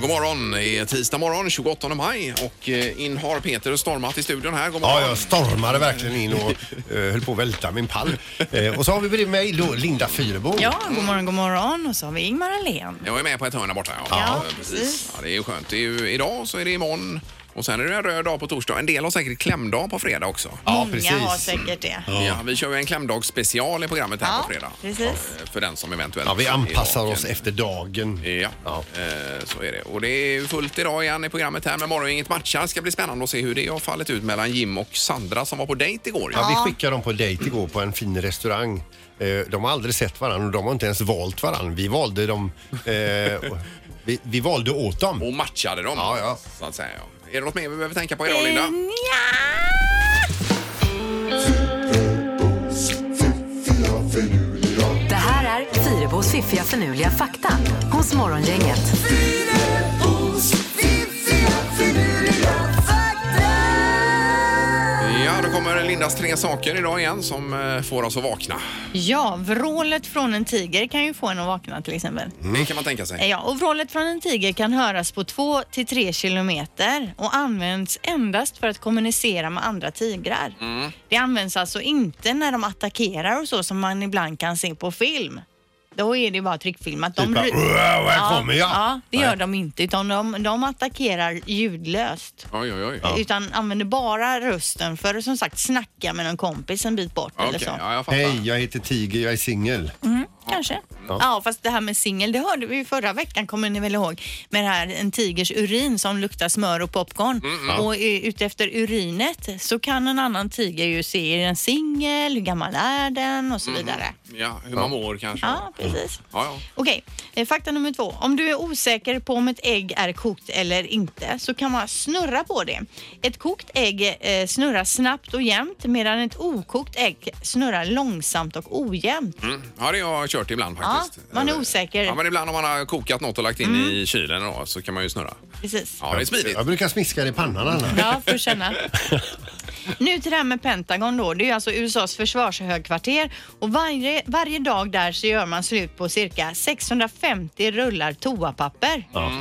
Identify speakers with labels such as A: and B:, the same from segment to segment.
A: god morgon. Det är tisdag morgon 28 maj och eh, in har Peter stormat i studion här. God morgon.
B: Ja, jag stormade verkligen in och eh, höll på att välta min pall. Eh, och så har vi bredvid mig då Linda Fyrebo.
C: Ja, god morgon, god morgon. Och så har vi Ingmar Ahlén.
A: Jag är med på ett hörn där borta.
C: Ja,
A: precis.
C: precis.
A: Ja, det är ju skönt. Det är ju idag så är det imorgon och sen är det en röd dag på torsdag. En del har säkert klämdag på fredag också.
B: Ja,
C: Många har
B: precis.
C: säkert det.
A: Ja. vi kör ju en klämdagsspecial i programmet här
C: Ja,
A: på fredag.
C: precis.
A: Eh, För den som eventuellt
B: Ja, vi anpassar
A: är
B: oss
A: vaken.
B: efter dagen.
A: Ja, eh, så är det. Och det är fullt idag igen i programmet här med Morgongänget matchar. Ska bli spännande att se hur det har fallit ut mellan Jim och Sandra som var på dejt igår. ju.
B: Ja, vi skickade dem på dejt igår på en fin restaurang. Eh, De har aldrig sett varandra och de har inte ens valt varandra. Vi valde dem. Eh, vi, vi valde åt dem.
A: Och matchade dem.
B: Ja, ja.
A: Så att säga. ja. Är det något mer vi behöver tänka på idag
C: Eh,
A: Linda?
C: Mm.
D: Det här är Fyrabos fiffiga förnuliga fakta hos Morgongänget.
A: Ja, då kommer Lindas tre saker idag igen som eh, får oss att vakna.
C: Ja, vrålet från en tiger kan ju få en att vakna till exempel.
B: Mm.
C: Eh,
A: Det kan man tänka sig.
C: Ja, och vrålet från en tiger kan höras på 2 till 3 kilometer och används endast för att kommunicera med andra tigrar. Det används alltså inte när de attackerar och så som man ibland kan se på film. Då är det bara trickfilmat.
B: Typ bara,
C: ry-
B: "Wow, här kommer jag."
C: Ja, det gör
B: Nej.
C: de inte utan de, de attackerar ljudlöst.
A: Oj, oj, oj.
C: utan använder bara rösten för att som sagt snacka med någon kompis en bit bort
A: Okej,
C: eller så.
A: ja, jag fattar.
B: Hej, jag heter Tiger, jag är singel.
A: Mm.
C: Kanske.
B: Ja.
C: Ja. fast det här med singel, det hörde vi ju förra veckan kommer ni väl ihåg med det här en tigers urin som luktar smör och popcorn.
A: Mm,
C: Och eh, utefter urinet så kan en annan tiger ju se, är den singel, hur gammal är den och så vidare.
A: Ja, hur man mår kanske.
C: Ja, precis.
A: Mm. Ja, ja.
C: Okej, eh, fakta nummer två. Om du är osäker på om ett ägg är kokt eller inte så kan man snurra på det. Ett kokt ägg eh, snurrar snabbt och jämnt medan ett okokt ägg snurrar långsamt och ojämnt.
A: Mm. ja, det har jag kört ibland
C: Ja,
A: faktiskt.
C: man är osäker. Mm.
A: Ja, men ibland om man har kokat något och lagt in i kylen då, så kan man ju snurra.
C: Precis.
A: Ja, det är smidigt.
B: Jag brukar smiska det i pannan annars.
C: Ja, får känna. Nu till det här med Pentagon då. Det är ju alltså USAs försvarshögkvarter och varje, varje dag där så gör man slut på cirka 650 rullar toapapper.
A: Ja,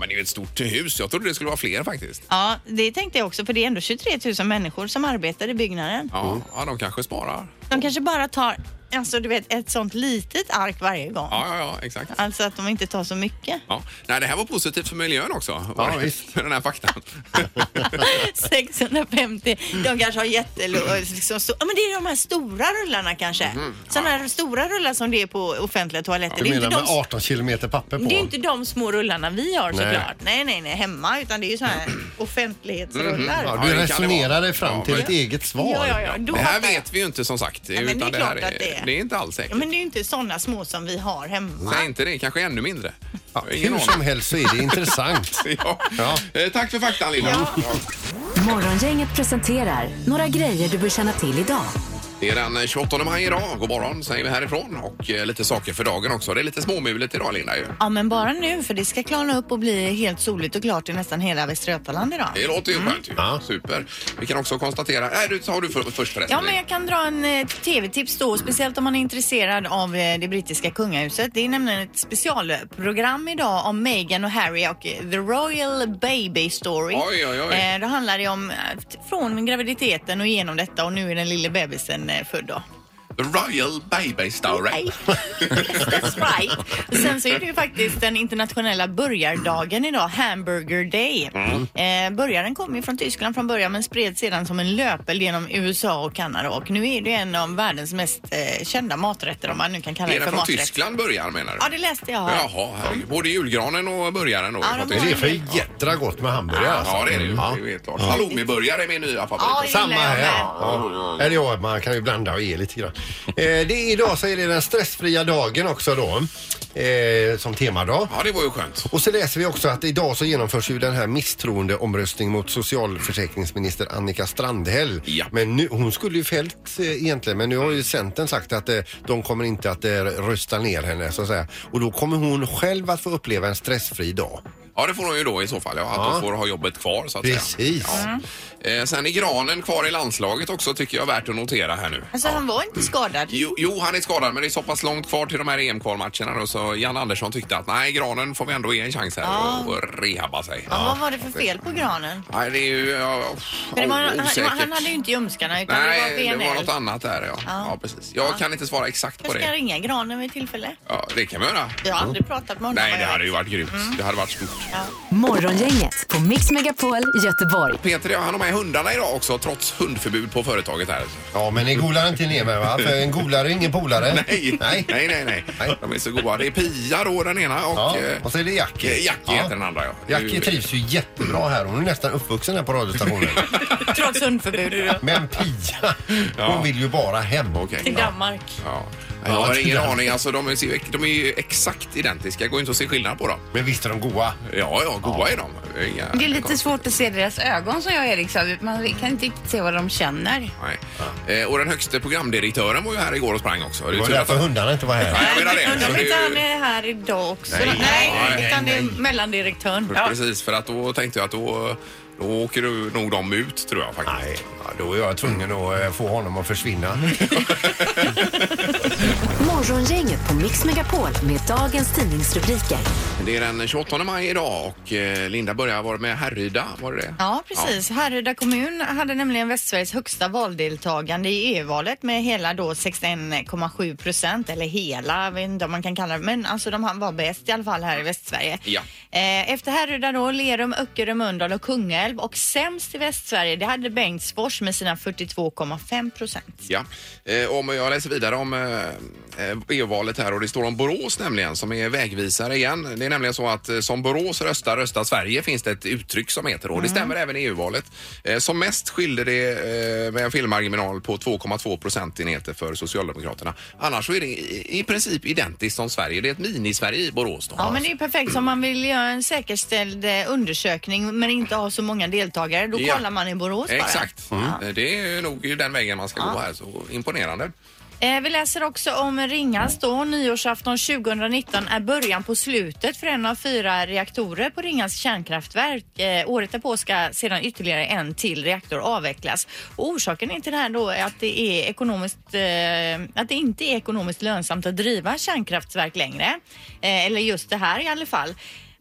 A: men det är ju ett stort hus. Jag trodde det skulle vara fler faktiskt.
C: Ja, det tänkte jag också för det är ändå 23 000 människor som arbetar i byggnaden.
A: Ja,
B: Mm.
A: ja de kanske sparar.
C: De kanske bara tar, alltså du vet, ett sånt litet ark varje gång.
A: Ja, ja, ja, exakt.
C: Alltså att de inte tar så mycket.
A: Ja. Nej, det här var positivt för miljön också.
B: Ja, visst.
A: Med den här faktan.
C: 650. De kanske har jättel... Liksom, så, ja, men det är de här stora rullarna kanske. Sådana här stora rullar som det är på offentliga toaletter.
B: Mhm. Du
C: det, är inte
B: menar med
C: de,
B: 18 kilometer papper på?
C: det är inte de små rullarna vi har
B: Nej.
C: såklart. Nej, nej, nej. Hemma. Utan det är ju sådana här offentlighetsrullar.
B: Mm, Ja,
A: Ja, det
B: du
A: kan det vara.
B: resonerar dig fram
A: Ja,
B: till
A: men-
B: ett eget svar.
C: Ja, ja, ja. Då
A: Det här
C: fattar jag.
A: vet vi ju inte som sagt.
C: men det är
A: utan
C: klart
A: här
C: att det är. Mm.
A: det är inte alls
C: Ja,
A: säkert.
C: men det är ju inte sådana små som vi har hemma.
A: Säg inte det, kanske ännu mindre.
B: Ja,
A: Ingen
B: hur
A: aning.
B: som helst så är det intressant.
A: Ja.
B: Ja.
A: Eh, Tack för faktan Linda. Ja.
D: Morgongänget presenterar några grejer du bör känna till idag.
A: Det är den eh, 28 maj idag. God morgon säger vi härifrån. Och eh, lite saker för dagen också. Det är lite småmulet idag Linda ju.
C: Ja, men bara nu för det ska klarna upp och bli helt soligt och klart i nästan hela Västra Götaland idag.
A: Det låter ju
C: Mm.
A: skönt ju.
B: Ja.
A: Super. Vi kan också konstatera... Nej, du tar du för, först förresten.
C: Ja, men jag kan dra en eh, tv-tips då, speciellt om man är intresserad av eh, det brittiska kungahuset. Det är nämligen ett specialprogram idag om Meghan och Harry och eh, The Royal Baby Story.
A: Oj, oj, oj.
C: Eh, Då handlar det om eh, t- från graviditeten och genom detta och nu är den lilla bebisen eh, född då.
A: The Royal Baby Story.
C: Nej, yes, that's right. Och Sen så är det ju faktiskt den internationella burgardagen idag, Hamburger Day.
A: Mm.
C: Eh, burgaren kom ju från Tyskland från början men spreds sedan som en löpeld genom USA och Kanada och nu är det en av världens mest eh, kända maträtter om man nu kan kalla det,
A: Är det
C: för
A: från
C: maträtt.
A: Tyskland börjar menar du?
C: Ja, det läste jag. här.
A: Jaha, herregud. Både julgranen och burgaren då.
C: Ja,
A: är
C: de
A: från
C: har
B: Men det är
A: Tyskland.
B: för jädra gott med hamburgare alltså.
A: Ja, det är det ju. Det är
B: Ja.
A: ju helt klart. Halloumiburgare är min nya
C: Ja,
A: favorit.
C: jag
B: Samma
C: gillar jag
B: här.
C: med.
B: Ja. Eller ja, man kan ju blanda och ge lite grann. Eh, det är idag så är det den stressfria dagen också då. Eh, som temadag.
A: Ja, det var ju skönt.
B: Och så läser vi också att idag så genomförs ju den här misstroendeomröstningen mot socialförsäkringsminister Annika Strandhäll.
A: Ja.
B: Men nu, hon skulle ju fällt eh, egentligen men nu har ju Centern sagt att eh, de kommer inte att eh, rösta ner henne så att säga. Och då kommer hon själv att få uppleva en stressfri dag.
A: Ja, det får hon ju då i så fall. Ja, att
B: Ja.
A: hon får ha jobbet kvar så att
B: Precis.
A: säga. Ja. Eh, sen är granen kvar i landslaget också tycker jag är värt att notera här nu.
C: Alltså han var inte skadad.
A: Jo, jo, han är skadad men det är så pass långt kvar till de här EM-kvalmatcherna då, så Jan Andersson tyckte att nej, granen får vi ändå ge en chans här
C: Ja.
A: och rehabba sig.
C: Ja, Vad var det för fel på granen?
A: Nej, det är ju ja,
C: För det var,
A: o-
C: han,
A: osäkert.
C: han hade ju inte ljumskarna utan
A: Nej,
C: det var
A: det var
C: VNL.
A: något annat där ja. ja.
C: Ja.
A: precis. Jag kan inte svara exakt på
C: Jag ska
A: det.
C: ringa granen vid tillfälle.
A: Ja, det kan vi göra.
C: Jag har aldrig pratat med honom.
A: Nej,
C: vad
A: det
C: jag
A: hade
C: vet.
A: ju varit grymt.
C: Mm.
A: Det hade varit stort.
D: Morgongänget på Mix Megapol Göteborg.
A: Peter, ja, han har med hundarna idag också trots hundförbud på företaget här.
B: Ja, men ni golar inte ner mig va? För en golare är ingen polare.
A: nej,
B: Nej.
A: nej, nej, nej.
B: Nej.
A: De är så goda. Det är Pia då, den ena och...
B: Ja,
A: eh,
B: och så är det Jackie.
A: eh, Jackie heter den andra, ja.
B: Jackie trivs ju jättebra här. Hon är nästan uppvuxen här på radiostationen.
C: Trots hundförbud.
B: Men Pia,
A: Ja.
B: hon vill ju bara hem.
A: Okej.
C: Till
A: Ja.
C: Danmark.
A: Ja. Jag
B: Ja,
A: har
B: till
A: ingen
B: den.
A: aning. Alltså, de, är, ju- de är ju exakt identiska. går ju inte att se skillnad på dem.
B: Men visst är de goa?
A: Ja, ja, goa är de. Inga
E: Det är lite svårt att se deras ögon som jag är liksom. Man kan inte riktigt se vad de känner.
A: Nej. Eh, Och den högste programdirektören var ju här igår och sprang också. Det är
B: Det var
A: tur att-
B: därför hundarna inte var här.
A: Nej, jag menar det. Så
C: Undrar om
A: det är
C: inte
A: ju-
C: han är här idag också.
A: Nej,
C: Nej,
A: nej,
C: utan det är mellandirektören.
A: Precis, för att då tänkte jag att då, då åker du nog de ut tror jag faktiskt.
B: Nej, ja, då är jag tvungen att eh, få honom att försvinna.
A: Mm.
D: Morgongänget på Mix Megapol med dagens tidningsrubriker.
A: Det är den 28 maj idag och eh, Linda börjar vara med Härryda, var det det?
C: Ja, precis. Härryda kommun hade nämligen Västsveriges högsta valdeltagande i EU-valet med hela då 61,7 procent, eller hela, jag vet inte om man kan kalla det, men alltså de här var bäst i alla fall här i Västsverige.
A: Ja.
C: Eh, efter Härryda då, Lerum, Öckerö, Mölndal och Kungälv och sämst i Västsverige, det hade Bengtsfors med sina 42,5 procent.
A: Ja. Eh, Om jag läser vidare om eh, eh, EU-valet här och det står om Borås nämligen som är vägvisare igen. Det är nämligen så att eh, som Borås röstar röstar Sverige finns det ett uttryck som heter
C: Mm.
A: och det stämmer även i EU-valet. Eh, Som mest skiljer det eh, med en filmmarginal på 2,2 procentenheter för Socialdemokraterna. Annars så är det i i princip identiskt som Sverige. Det är ett mini-Sverige i Borås då.
C: Ja, men det är ju perfekt. Om man vill göra en säkerställd eh, undersökning men inte ha så många deltagare, då
A: Ja.
C: kollar man i Borås bara. Mm.
A: Exakt. Eh, Det är nog den vägen man ska gå här. Så imponerande.
C: Eh, vi läser också om Ringhals då. Nyårsafton 2019 är början på slutet för en av fyra reaktorer på Ringhals kärnkraftverk. Eh, året därpå ska sedan ytterligare en till reaktor avvecklas. Och orsaken till det här då är att det, är ekonomiskt, eh, att det inte är ekonomiskt lönsamt att driva kärnkraftverk längre. Eh, eller just det här i alla fall.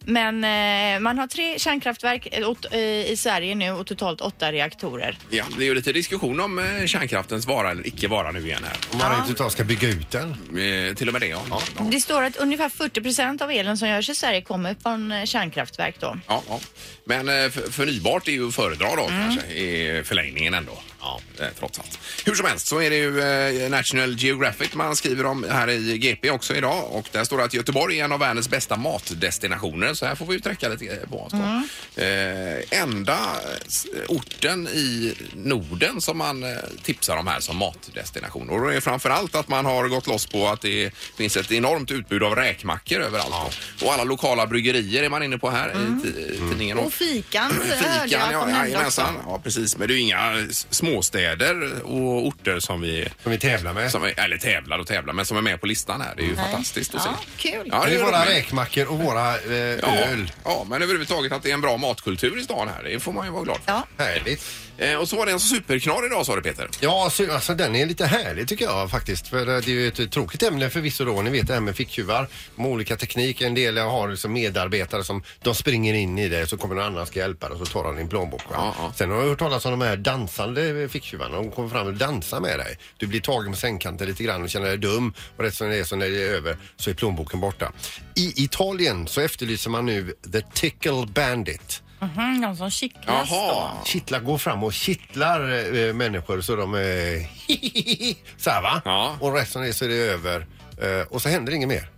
C: Men eh, man har tre kärnkraftverk eh, åt, eh, i Sverige nu och totalt åtta reaktorer.
A: Ja, det är ju lite diskussion om eh, kärnkraftens vara eller icke vara nu igen här.
B: Om man rent utav ska bygga ut den.
A: Eh, Till och med det, ja. Ja, ja.
C: Det står att ungefär 40 procent av elen som görs i Sverige kommer från eh, kärnkraftverk då.
A: ja, ja. Men eh, för- förnybart är ju att föredra då kanske i förlängningen ändå. Ja. eh, Trots allt. Hur som helst så är det ju eh, National Geographic man skriver om här i GP också idag och där står det att Göteborg är en av världens bästa matdestinationer så här får vi ju träcka lite eh, på oss då. Eh, Enda eh, orten i Norden som man eh, tipsar om här som matdestination och det är framförallt att man har gått loss på att det finns ett enormt utbud av räkmackor överallt då. och alla lokala bryggerier är man inne på här i ti- tidningen.
C: Mm. Och fikan
A: Fikan,
C: hörde jag
A: ja,
C: att de nämnde också.
A: jajamensan. Ja, precis. Men det är ju inga s- småstäder och orter som vi
B: Som vi tävlar med.
A: som är, eller tävlar och tävlar, men som är med på listan här. Det är ju fantastiskt att se.
C: Ja, kul.
A: Ja,
B: det är våra
A: roligt.
B: räkmackor och våra eh,
A: Ja,
B: öl.
A: ja, men överhuvudtaget att det är en bra matkultur i stan här, det får man ju vara glad för.
C: Ja.
B: Härligt.
A: Eh, och så var det en superknar idag sa du Peter.
B: Ja, så, alltså den är lite härlig tycker jag faktiskt. För eh, det är ju ett tråkigt ämne förvisso då. Ni vet det här med ficktjuvar. Med olika teknik. En del har liksom medarbetare som de springer in i det så kommer någon annan ska hjälpa dig och så tar han din plånbok. va?
A: Ja, ja.
B: Sen har jag hört talas om de här dansande ficktjuvarna. De kommer fram och dansar med dig. Du blir tagen på sängkanten lite grann och känner dig dum. Och rätt som det är så när det är över så är plånboken borta. I Italien så efterlyser man nu The Tickle Bandit
C: Mhm, de som kittlas då.
A: Jaha.
B: kittlar, går fram och kittlar eh, människor så de eh, så här va?
A: Ja.
B: Och resten är så är det över eh, och så händer inget mer.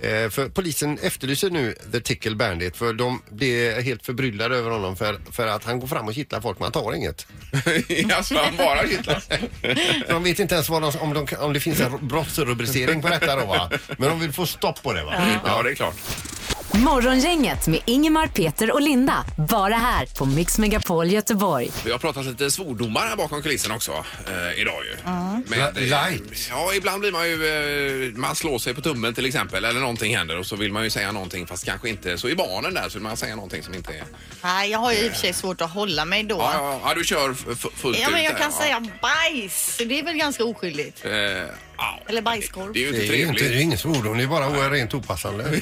B: Eh, för polisen efterlyser nu The Tickle Bandit för de blir helt förbryllade över honom för, för att han går fram och kittlar folk men han tar inget.
A: alltså han bara kittlas.
B: Så de vet inte ens vad de, om, de, om det finns en brottsrubricering på detta då va? Men de vill få stopp på det va?
A: ja, det är klart.
D: Morgongänget med Ingemar, Peter och Linda. Bara här på Mix Megapol Göteborg.
A: Vi har pratat lite svordomar här bakom kulisserna också eh, idag ju. Men, eh,
B: Li- light.
A: Ja, ibland blir man ju... Eh, man slår sig på tummen till exempel eller någonting händer och så vill man ju säga någonting fast kanske inte... Så i barnen där så vill man säga någonting som inte är...
C: Nej, jag har ju i och för sig svårt att hålla mig då.
A: Ja, ja, ja du kör f- f- fullt
C: Ja,
A: ut
C: men jag
A: där,
C: kan
A: ja.
C: säga bajs. Det är väl ganska oskyldigt.
A: Eh, ja.
C: Eller bajskorv.
A: Det är ju inte
B: Det är ju inte, det är
A: trevligt.
B: ingen svordom, det är bara rent opassande.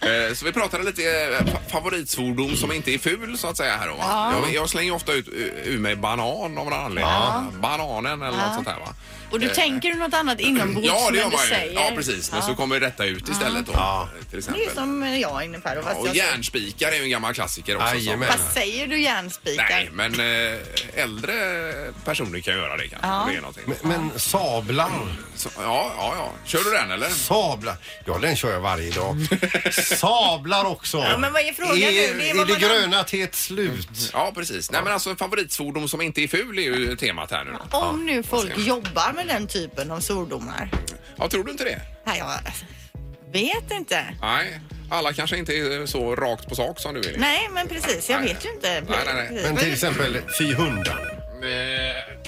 A: Eh, Så vi pratade lite eh, fa- favoritsvordom som inte är ful så att säga här då. va? Jag, jag slänger ju ofta ut u- ur mig banan av någon anledning. Bananen eller något sånt här va.
C: Och du tänker du något annat inombords
A: Ja, det gör
C: men du
A: man ju.
C: säger?
A: Ja, precis. Men så kommer detta ut istället då. eh, Till
C: Det är ju
A: exempel.
C: som eh, jag ungefär. Och
A: Ja,
C: fast,
A: och
C: jag,
A: järnspikar är ju en gammal klassiker också. som-
B: Jajamän.
C: fast säger du järnspikar?
A: Nej, men eh, äldre personer kan göra det kanske. om Det är någonting.
B: Men, men sablar,
A: Så, ja, ja, ja. Kör du den eller?
B: sablar. Ja, den kör jag varje dag. Sablar också.
C: Ja, men vad är frågan nu?
B: är,
C: Det är
B: är
C: vad
B: det
C: man-
B: gröna till ett slut?
A: Ja, precis. Nej, men alltså favoritsvordom som inte är ful är ju temat här nu då.
C: Om nu folk jobbar med den typen av svordomar.
A: Ja, tror du inte det?
C: Nej, jag vet inte.
A: Nej, alla kanske inte är så rakt på sak som du vill.
C: Nej, men precis. Jag
A: Typ. Nej.
C: vet ju inte.
A: Nej, nej, nej.
B: Men till exempel fy hundan.
A: Eh,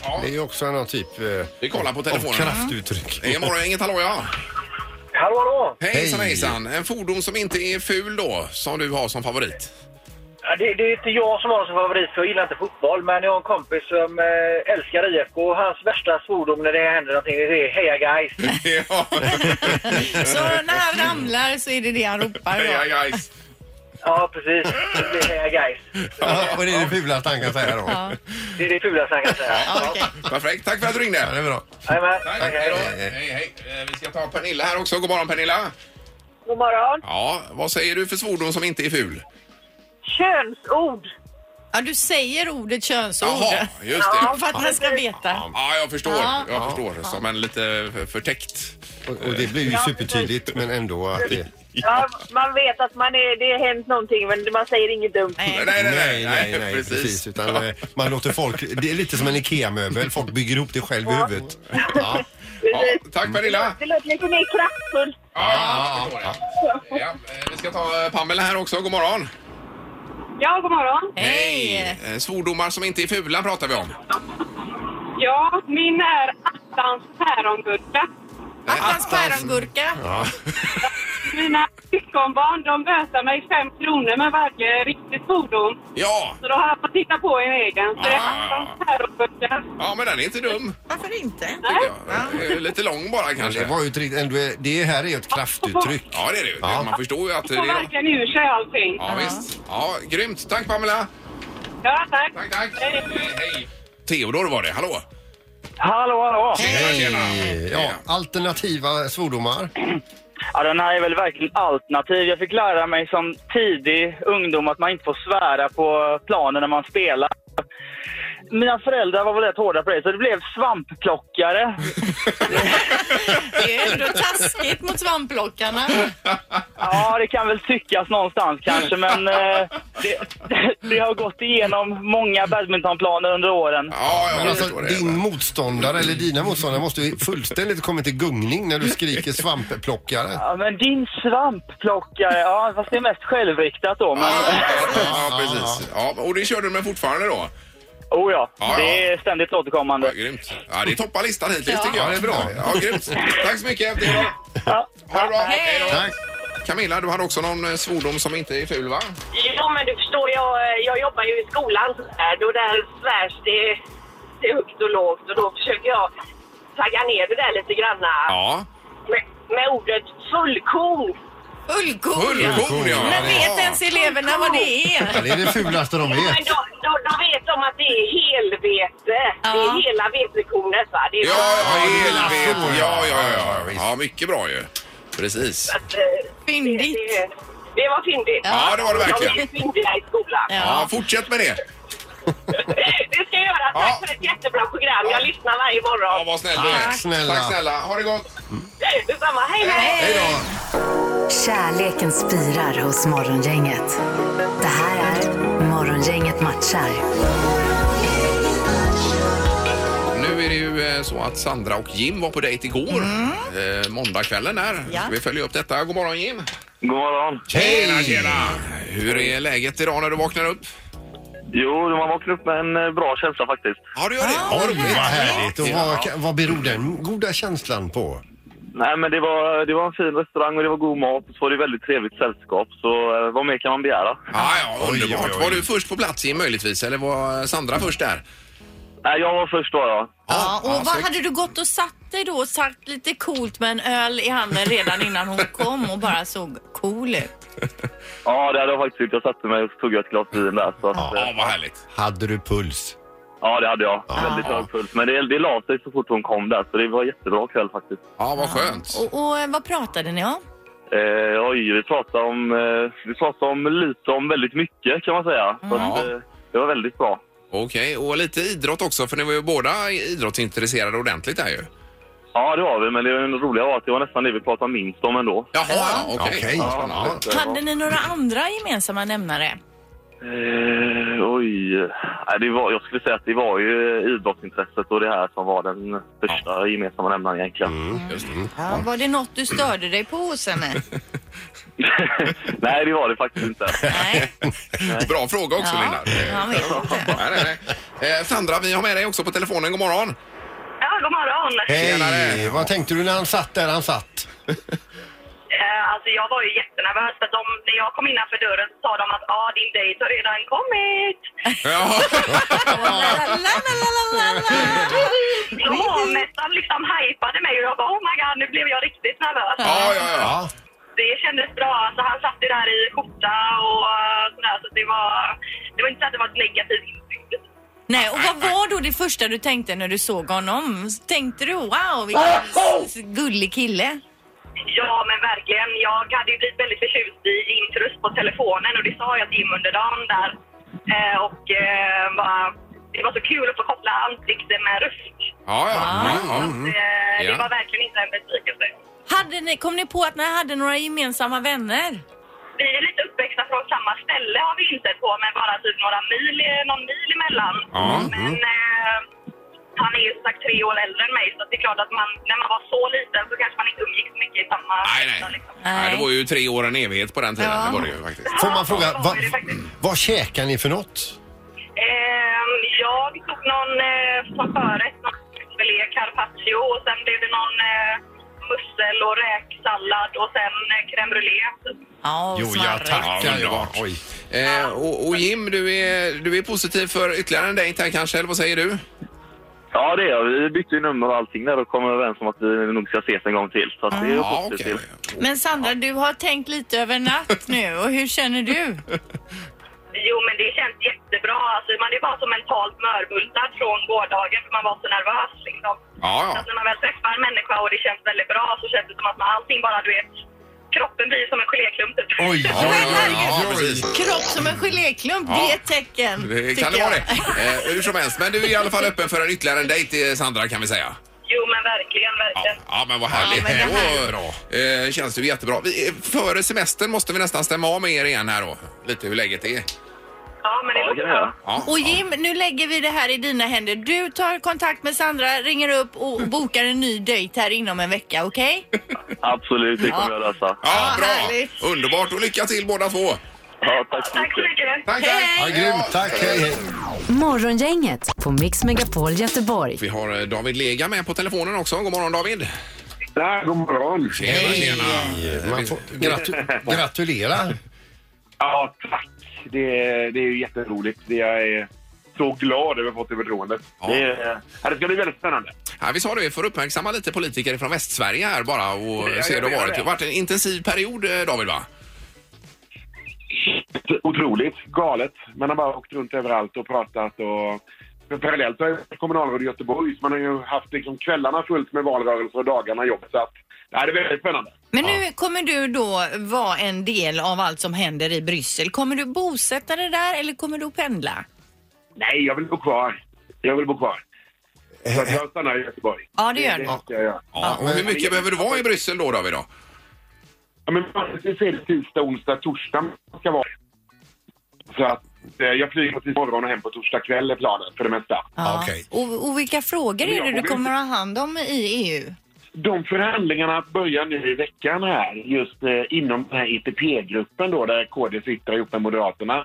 A: ja.
B: Det är ju också en annan typ eh,
A: Vi kollar på telefonen.
B: av kraftuttryck.
A: Det är morgon, inget hallå ja.
F: Hallå, hallå!
A: Hejsan
B: Hej.
A: hejsan. En fordon som inte är ful då, som du har som favorit.
F: Ja, Det, det är inte jag som har som favorit, för jag gillar inte fotboll. Men jag har en kompis som eh, älskar IFK och hans värsta svordom när det händer någonting det är Heja guys!
A: ja,
C: Så när han ramlar så är det det han ropar
A: ja,
C: då?
A: guys.
F: Ja, precis. Det blir Heja guys.
B: Ja, och det är det fulaste han kan säga då.
F: Det är det fulaste han kan säga.
C: Ja, okej.
A: Perfekt, tack för att du
B: Ja, det
A: ringde.
B: är bra.
F: Jajamän.
A: Tack,
F: Okej.
A: hej då. Hej, hej. Eh, Vi ska ta Pernilla här också. God morgon Pernilla.
G: God morgon.
A: Ja, vad säger du för svordom som inte är ful?
G: Könsord.
C: Ja, du säger ordet könsord.
A: Jaha, just
C: Ja,
A: det.
C: för att man ska veta.
A: Ja, jag förstår.
C: Ja.
A: Jag förstår. Som en lite förtäckt.
B: Och, och det blir ju supertydligt men ändå att det...
G: Ja, man vet att man är, det har hänt någonting men man säger inget dumt.
A: Nej,
C: Nej.
A: nej, nej.
B: Nej, nej, nej, precis. Utan eh, man låter folk... Det är lite som en IKEA-möbel. Folk bygger ihop det själv i huvudet. Ja.
A: Ja, tack Pernilla.
G: Det låter lite mer kraftfullt.
A: Ja, ja, ja. ja, eh, vi ska ta eh, Pamela här också. God morgon.
G: Ja, god morgon.
C: Hej!
A: Eh, Svordomar som inte är fula pratar vi om.
G: Ja, min är attans päronburka.
A: Eh,
C: Attans pärongurka.
G: Mina syskonbarn de bötar mig fem kronor med varje riktigt fordon.
A: Ja,
G: Så då har jag fått titta på en egen. Så det är
A: Ah.
G: attans päronburka.
A: ja men den är inte dum.
C: Varför inte?
A: tycker jag. Eh, Lite lång bara
B: Det
A: kanske.
B: var ju ett rikt- ändå, det här är ju ett kraftuttryck.
A: Ja, det är det ju.
B: Ja.
A: Man förstår ju att det
G: Får
A: är...
G: verkligen ur sig allting.
A: Ja, visst. Ja, grymt. Tack Pamela.
G: Ja, tack.
A: Tack, tack.
G: Hej.
A: Eh, Hej. Teodor var det. Hallå.
F: Hallå, hallå!
B: Eh, Ja, alternativa svordomar.
F: Ja, den här är väl verkligen alternativ. Jag fick lära mig som tidig ungdom att man inte får svära på planen när man spelar. Mina föräldrar var väl rätt hårda på det, så det blev svampplockare.
C: Det är ändå taskigt mot svampplockarna.
F: Ja, det kan väl tyckas någonstans kanske, men eh, det, det har gått igenom många badmintonplaner under åren.
A: Ja, jag
B: Men alltså,
A: förstår det.
B: din motståndare eller dina motståndare måste ju fullständigt komma till gungning när du skriker svampplockare.
F: Ja, men din svampplockare, ja, fast det är mest självriktat då. Men,
A: Ja, ja, precis. Ja, och det kör du med fortfarande då?
F: oh ja,
A: Ja,
F: det
A: ja.
F: är ständigt återkommande.
A: Ja, grymt. Ja, det toppar listan hittills tycker jag.
B: Ja, det är bra.
A: Ja, grymt. Tack så mycket. Det är bra.
F: Ja.
A: Ha det bra. Hej då.
B: Tack.
A: Camilla, du hade också någon eh, svordom som inte är ful, va?
G: Ja, men du förstår, jag, jag jobbar ju i skolans värld och där svärs det, det högt och lågt och då försöker jag tagga ner det där lite grann
A: Ja.
G: med, med ordet fullkorn.
C: Ullkorn. ja.
A: Fullkorn, ja.
C: Men vet
A: Ja.
C: ens eleverna vad det
B: Ja,
C: är?
B: Det är det fulaste de
G: Ja, men
B: vet.
G: då, då, då vet de att det är helvete. Det är hela vetekornet, va? Det är Eh,
A: Ja, ja,
B: det är
A: helvete.
B: så,
A: Ja,
B: ja.
A: ja, ja.
B: Ja, visst.
A: Ja, mycket bra ju. Precis.
G: att, eh,
C: Fyndigt.
G: Det, det, det var fyndigt.
A: Ja, det var det verkligen.
G: De är ju fyndiga i skolan.
A: Ja, fortsätt med det.
G: Det ska jag göra. Tack
A: Ja.
G: för ett jättebra program. Jag lyssnar varje
A: Ja,
G: morgon.
A: vad snäll du är.
B: Tack snälla.
A: Tack snälla. Ha det gott.
G: Detsamma. Hej, hej!
B: Hej då.
D: Kärleken spirar hos Morgongänget. Det här är Morgongänget matchar.
A: Nu är det ju eh, så att
B: Mm.
A: Sandra och Jim var på dejt igår. Eh, måndagskvällen där.
C: Ja.
A: Vi följer upp detta. God morgon Jim.
H: God morgon.
A: Tjena, tjena! Hur är läget idag när du vaknar upp?
H: Jo, man vaknar upp med en eh, bra känsla faktiskt.
A: Ja, du gör det?
B: Ja, vad härligt. Och vad, vad beror den goda känslan på?
H: Nej, men det var, det var en fin restaurang och det var god mat och så var det väldigt trevligt sällskap. Så eh, vad mer kan man begära?
A: Ja, ja, underbart.
B: Oj, oj, oj.
A: Var du först på plats i möjligtvis, eller var Sandra först där?
H: Nej, jag var först då, ja.
C: Ja, och vad
A: snyggt.
C: hade du gått och satt dig då och sagt lite coolt med en öl i handen redan innan hon kom och bara såg cool ut?
H: Ja, det hade jag faktiskt gjort. Jag satte mig och så tog jag ett glas vin där. Så att, eh,
A: Ja, vad härligt.
B: Hade du puls?
H: ja, det hade jag. Väldigt hög puls. Men det, det la sig så fort hon kom där, så det var en jättebra kväll faktiskt.
A: Ja, vad skönt.
C: Och, och eh, vad pratade ni om?
H: Eh, oj, vi pratade, om, eh, vi pratade om lite om väldigt mycket kan man säga. Så att, eh, det var väldigt bra.
A: Okej, och lite idrott också, för ni var ju båda idrottsintresserade ordentligt där ju.
H: Ja, det var vi, men det roliga var att det var nästan det vi pratade minst om ändå.
A: Jaha, ja, okej.
B: Okej.
A: Ja, spännande.
H: lite, ja.
C: Hade ni några andra gemensamma nämnare?
H: Eh, oj. Nej, det var, jag skulle säga att det var ju idrottsintresset och det här som var den största gemensamma nämnaren egentligen.
A: Just det.
C: Ja, var det något du störde dig på hos henne?
H: nej, det var det faktiskt inte.
C: Nej.
A: Mm. Bra fråga också,
C: Ja,
A: Linda. Eh,
C: han vet inte.
A: Nej, nej, nej. Eh, Sandra, vi har med dig också på telefonen. God morgon!
G: Ja, god morgon.
B: Hej!
A: Tjenare.
B: Vad tänkte du när han satt där han satt?
G: Eh, alltså jag var ju jättenervös för de, när jag kom innanför dörren så sa de att ah, din dejt har redan kommit.
A: Ja,
G: De nästan liksom hypade mig och jag bara oh my god nu blev jag riktigt nervös.
A: ja, ja. ja.
G: Det kändes bra. Alltså, han satt ju där i skjorta och eh, sådär så det var, det var inte så att det var ett negativt intryck.
C: Nej, och vad var då det första du tänkte när du såg honom? Tänkte du wow, vilken s- gullig kille?
G: Ja, men verkligen. Jag hade ju blivit väldigt förtjust i Jims röst på telefonen och det sa jag till Jim under dagen där. Eh, och eh, bara, det var så kul att få koppla ansikte med röst.
A: Ja, ja.
C: Ah.
A: ja, ja.
G: Eh,
A: Mm. Ja.
G: Det var verkligen inte en besvikelse.
C: Hade ni, kom ni på att ni hade några gemensamma vänner?
G: Vi är lite uppväxta från samma ställe har vi insett på, men bara typ några mil, någon mil emellan.
A: Ja. mm.
G: Men eh, han är ju som sagt tre år äldre än mig så det är klart att man, när man var så liten så kanske man inte umgicks mycket i samma...
A: Nej,
G: kretsar,
A: nej.
G: liksom.
A: nej. Det var ju tre år en evighet på den tiden.
C: Ja.
A: Det var det ju faktiskt.
B: Får man fråga,
G: Ja,
B: vad,
G: det är det faktiskt.
B: vad käkar ni för något?
G: Ehm, jag tog någon eh, som förrätt, någon filé carpaccio och sen blev det någon eh, mussel och räksallad och sen eh, crème brûlée.
C: Ja, och Smarre.
A: Ja,
B: Ja,
A: underbart.
B: Oj.
A: Eh, och, och Jim, du är, du är positiv för ytterligare en dejt här kanske, eller vad säger du?
H: Ja, det är jag. Vi bytte ju nummer och allting där och kom överens om att vi nog ska ses en gång till. Så
A: Mm.
H: att det är jag positiv till.
C: Men Sandra, du har tänkt lite över natt nu och hur känner du?
G: Jo, men det känns jättebra. Alltså, man är bara så mentalt mörbultad från gårdagen för man var så nervös. Liksom.
A: Ja,
G: Så
A: ja.
G: att när man väl träffar en människa och det känns väldigt bra så känns det som att man, allting bara, du vet, kroppen blir som en geléklump. typ.
B: Oj, oj,
A: Ja,
B: oj.
A: ja, ja, ja, precis.
C: Kropp som en geléklump, det är ett tecken.
A: Det
C: tycker
A: kan det vara det.
C: jag.
A: Eh, hur som helst, men du är i alla fall öppen för en ytterligare en dejt, eh, Sandra, kan vi säga.
G: Jo, men verkligen,
A: Ja,
G: verkligen.
A: ja men vad härligt.
C: men det här-
A: Då, eh, känns det ju jättebra. Vi, eh, före semestern måste vi nästan stämma av med er igen här då. Lite hur läget är.
G: Ja, men det
H: Ja, det
G: låter
H: kan jag
G: bra.
H: göra.
A: Ja,
C: Och Jim, nu lägger vi det här i dina händer. Du tar kontakt med Sandra, ringer upp och bokar en ny dejt här inom en vecka, okej?
H: Absolut, det kommer jag lösa.
A: ja
C: Ja,
A: bra.
C: härligt.
A: Underbart och lycka till båda två.
H: Ja, tack så
G: Tack så
H: mycket.
G: mycket.
A: Tack,
B: Ja,
A: tack.
B: grymt. Tack, hej, hej.
D: Morgongänget på Mix Megapol Göteborg.
A: Vi har eh, David Lega med på telefonen också. God morgon David.
I: Ja, god morgon.
A: Tjena, tjena.
B: Man får gratu- gratulera.
I: Ja, tack. Det är, det är ju jätteroligt. Det- Jag är så glad över att ha fått det förtroendet. Det, är- ja, det ska bli väldigt spännande.
A: Ja, vi sa det, vi får uppmärksamma lite politiker från Västsverige här bara och
I: Ja,
A: se hur det
I: ja,
A: har
I: ja,
A: varit. Det
I: ja.
A: har varit en intensiv period eh, David va?
I: Otroligt galet. Man har bara åkt runt överallt och pratat och men parallellt har jag varit kommunalråd i Göteborg så man har ju haft liksom kvällarna fullt med valrörelser och dagarna jobb så att ja, det är väldigt spännande.
C: Men nu kommer du då vara en del av allt som händer i Bryssel. Kommer du bosätta dig där eller kommer du pendla?
I: Nej, jag vill bo kvar. Jag vill bo kvar. Så att jag stannar i Göteborg.
C: Ja, det gör du.
I: ska jag göra.
A: Ja, och hur mycket behöver du vara i Bryssel då David? Då?
I: Ja, men vanligtvis är det tisdag, onsdag, torsdag man ska vara. Så att eh, jag flyger på tisdag morgon och hem på torsdag kväll är planen för det mesta.
C: Ja.
B: okej.
C: Och, och vilka frågor är det du kommer att ha hand om i E EU?
I: De förhandlingarna börjar nu i veckan här, just eh, inom den här ITP-gruppen då, där KD sitter ihop med Moderaterna,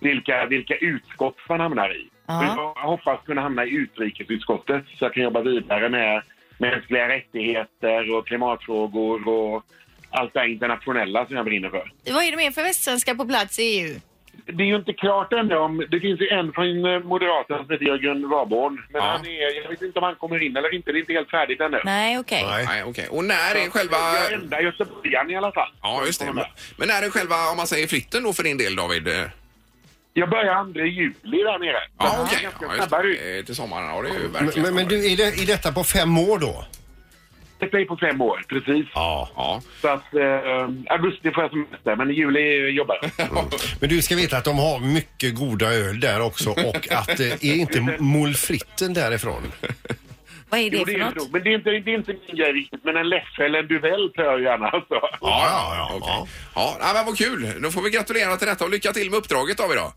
I: vilka, vilka utskott man hamnar i.
C: Ja.
I: Och Jag hoppas kunna hamna i utrikesutskottet så jag kan jobba vidare med mänskliga rättigheter och klimatfrågor och allt det här internationella som jag brinner för.
C: Vad är det mer för västsvenskar på plats i E EU?
I: Det är ju inte klart ännu om... Det finns ju en från eh, Moderaterna som heter Jörgen Warborn. Men
A: Ja.
I: han är, jag vet inte om han kommer in eller inte. Det är inte helt färdigt ännu.
C: Nej, okej.
A: Nej, okej. Och när är själva...
I: Jag är enda göteborgaren i alla fall.
A: Ja, just det. Men när är själva, om man säger flytten då för din del David? Eh,
I: Jag börjar 2 juli där nere.
A: Ja,
I: Det är
A: okej.
I: ganska
A: Ja, just
I: snabbare ut.
A: det. Eh, Till sommaren, ja det är ju
B: Men,
A: verkligen
B: men, men
A: snabbare.
B: du, är, det, är detta på fem år då?
I: Detta är på fem år, precis.
B: Ja.
A: Ja.
I: Så att eh, augusti får jag semester, men i juli jobbar jag.
B: Men du ska veta att de har mycket goda öl där också och att eh, är inte molfritten därifrån?
E: Vad är det
I: Jo, det
E: för
I: är
E: något?
I: nog, men det är, inte, det är inte min grej riktigt. Men en leffe eller en duell tar jag gärna. Alltså.
A: Ja, ja, ja. okej. Ja, nej, men vad kul. Då får vi gratulera till detta och lycka till med uppdraget David då.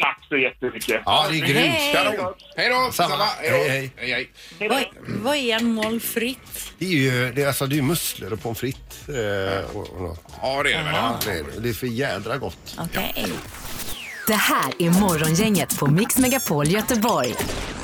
I: Tack så jättemycket.
B: Ja, det är grymt.
A: Kanon. Hej då!
B: Samma.
A: Hej,
B: Hej,
A: hej. hej.
C: Vad, vad är en molfritt?
B: Det är ju det är, alltså, det är ju musslor och pommes frites eh, och, och något.
A: Ja, det är det väl. ja.
B: Det är- Det är för jädra gott.
C: Okej.
D: Det här är Morgongänget på Mix Megapol Göteborg.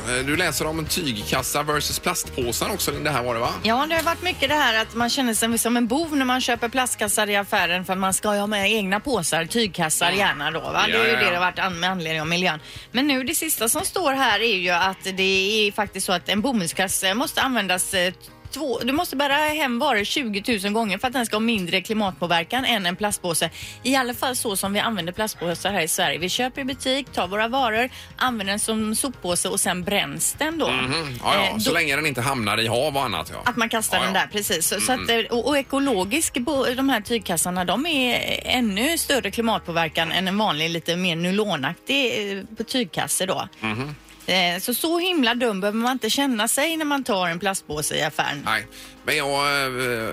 A: Eh, Du läser om tygkassar versus plastpåsar också. Det här var det va?
C: Ja, det har varit mycket det här att man känner sig som en bov när man köper plastkassar i affären för man ska ju ha med egna påsar, tygkassar gärna då. Va? Det är
A: Ja,
C: ju
A: ja, ja.
C: det det har varit an- med anledning av miljön. Men nu det sista som står här är ju att det är faktiskt så att en bomullskasse måste användas eh, Två, du måste bära hem varor 20 000 gånger för att den ska ha mindre klimatpåverkan än en plastpåse. I alla fall så som vi använder plastpåsar här i Sverige. Vi köper i butik, tar våra varor, använder den som soppåse och sen bränns den då.
A: Mhm. Ja, ja.
C: Eh,
A: Så
C: då-
A: länge den inte hamnar i hav och annat ja.
C: att man kastar
A: Ja,
C: den
A: ja. Mm,
C: där, precis. Så, så att, eh, och, och ekologisk, bo- de här tygkassarna, de är ännu större klimatpåverkan än en vanlig lite mer nylonaktig eh, på tygkasse då.
A: Mhm.
C: Eh, Så så himla dum behöver man inte känna sig när man tar en plastpåse i affären.
A: Nej, men jag eh,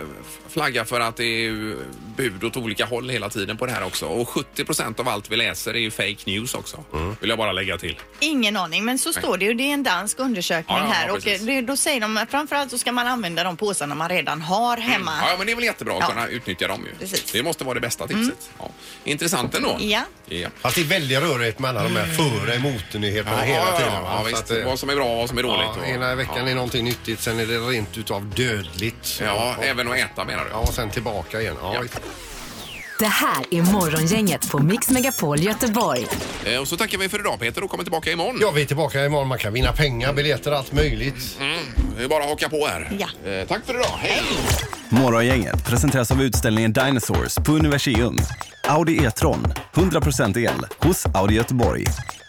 A: flaggar för att det är ju bud åt olika håll hela tiden på det här också. Och 70 procent av allt vi läser är ju fake news också.
B: Mm.
A: Vill jag bara lägga till.
C: Ingen aning, men så står det ju. Det är en dansk undersökning
A: Ja, ja,
C: här
A: ja,
C: och eh,
A: precis.
C: det, då säger de att framförallt så ska man använda de påsarna man redan har hemma.
A: Mm, Ja, ja, men det är väl jättebra att
C: Ja.
A: kunna utnyttja dem ju.
C: Precis. Mm.
A: Det måste vara det bästa tipset. Ja. Intressant ändå.
C: Ja.
A: ja.
B: Fast det är väldigt rörigt med alla de här före och emot-nyheterna
A: Ja,
B: hela
A: ja,
B: tiden.
A: ja,
B: va?
A: ja,
B: Så
A: visst.
B: att, eh,
A: Vad som är bra och vad som är dåligt.
B: Ja,
A: och-
B: ena veckan är någonting nyttigt, sen är det rent utav dödligt.
A: Ja, ja,
B: och,
A: även att äta menar du?
B: ja, och sen tillbaka igen. Ja,
A: Ja.
B: visst.
D: Det här är Morgongänget på Mix Megapol Göteborg.
A: Eh, Och så tackar vi för idag Peter och kommer tillbaka imorgon.
B: ja, vi är tillbaka imorgon. Man kan vinna pengar, biljetter, allt möjligt.
A: Det är bara att haka på här.
C: Ja.
A: Eh, Tack för idag. Hej!
J: Morgongänget presenteras av utställningen Dinosaurs på Universium. Audi E-tron, 100% el hos Audi Göteborg.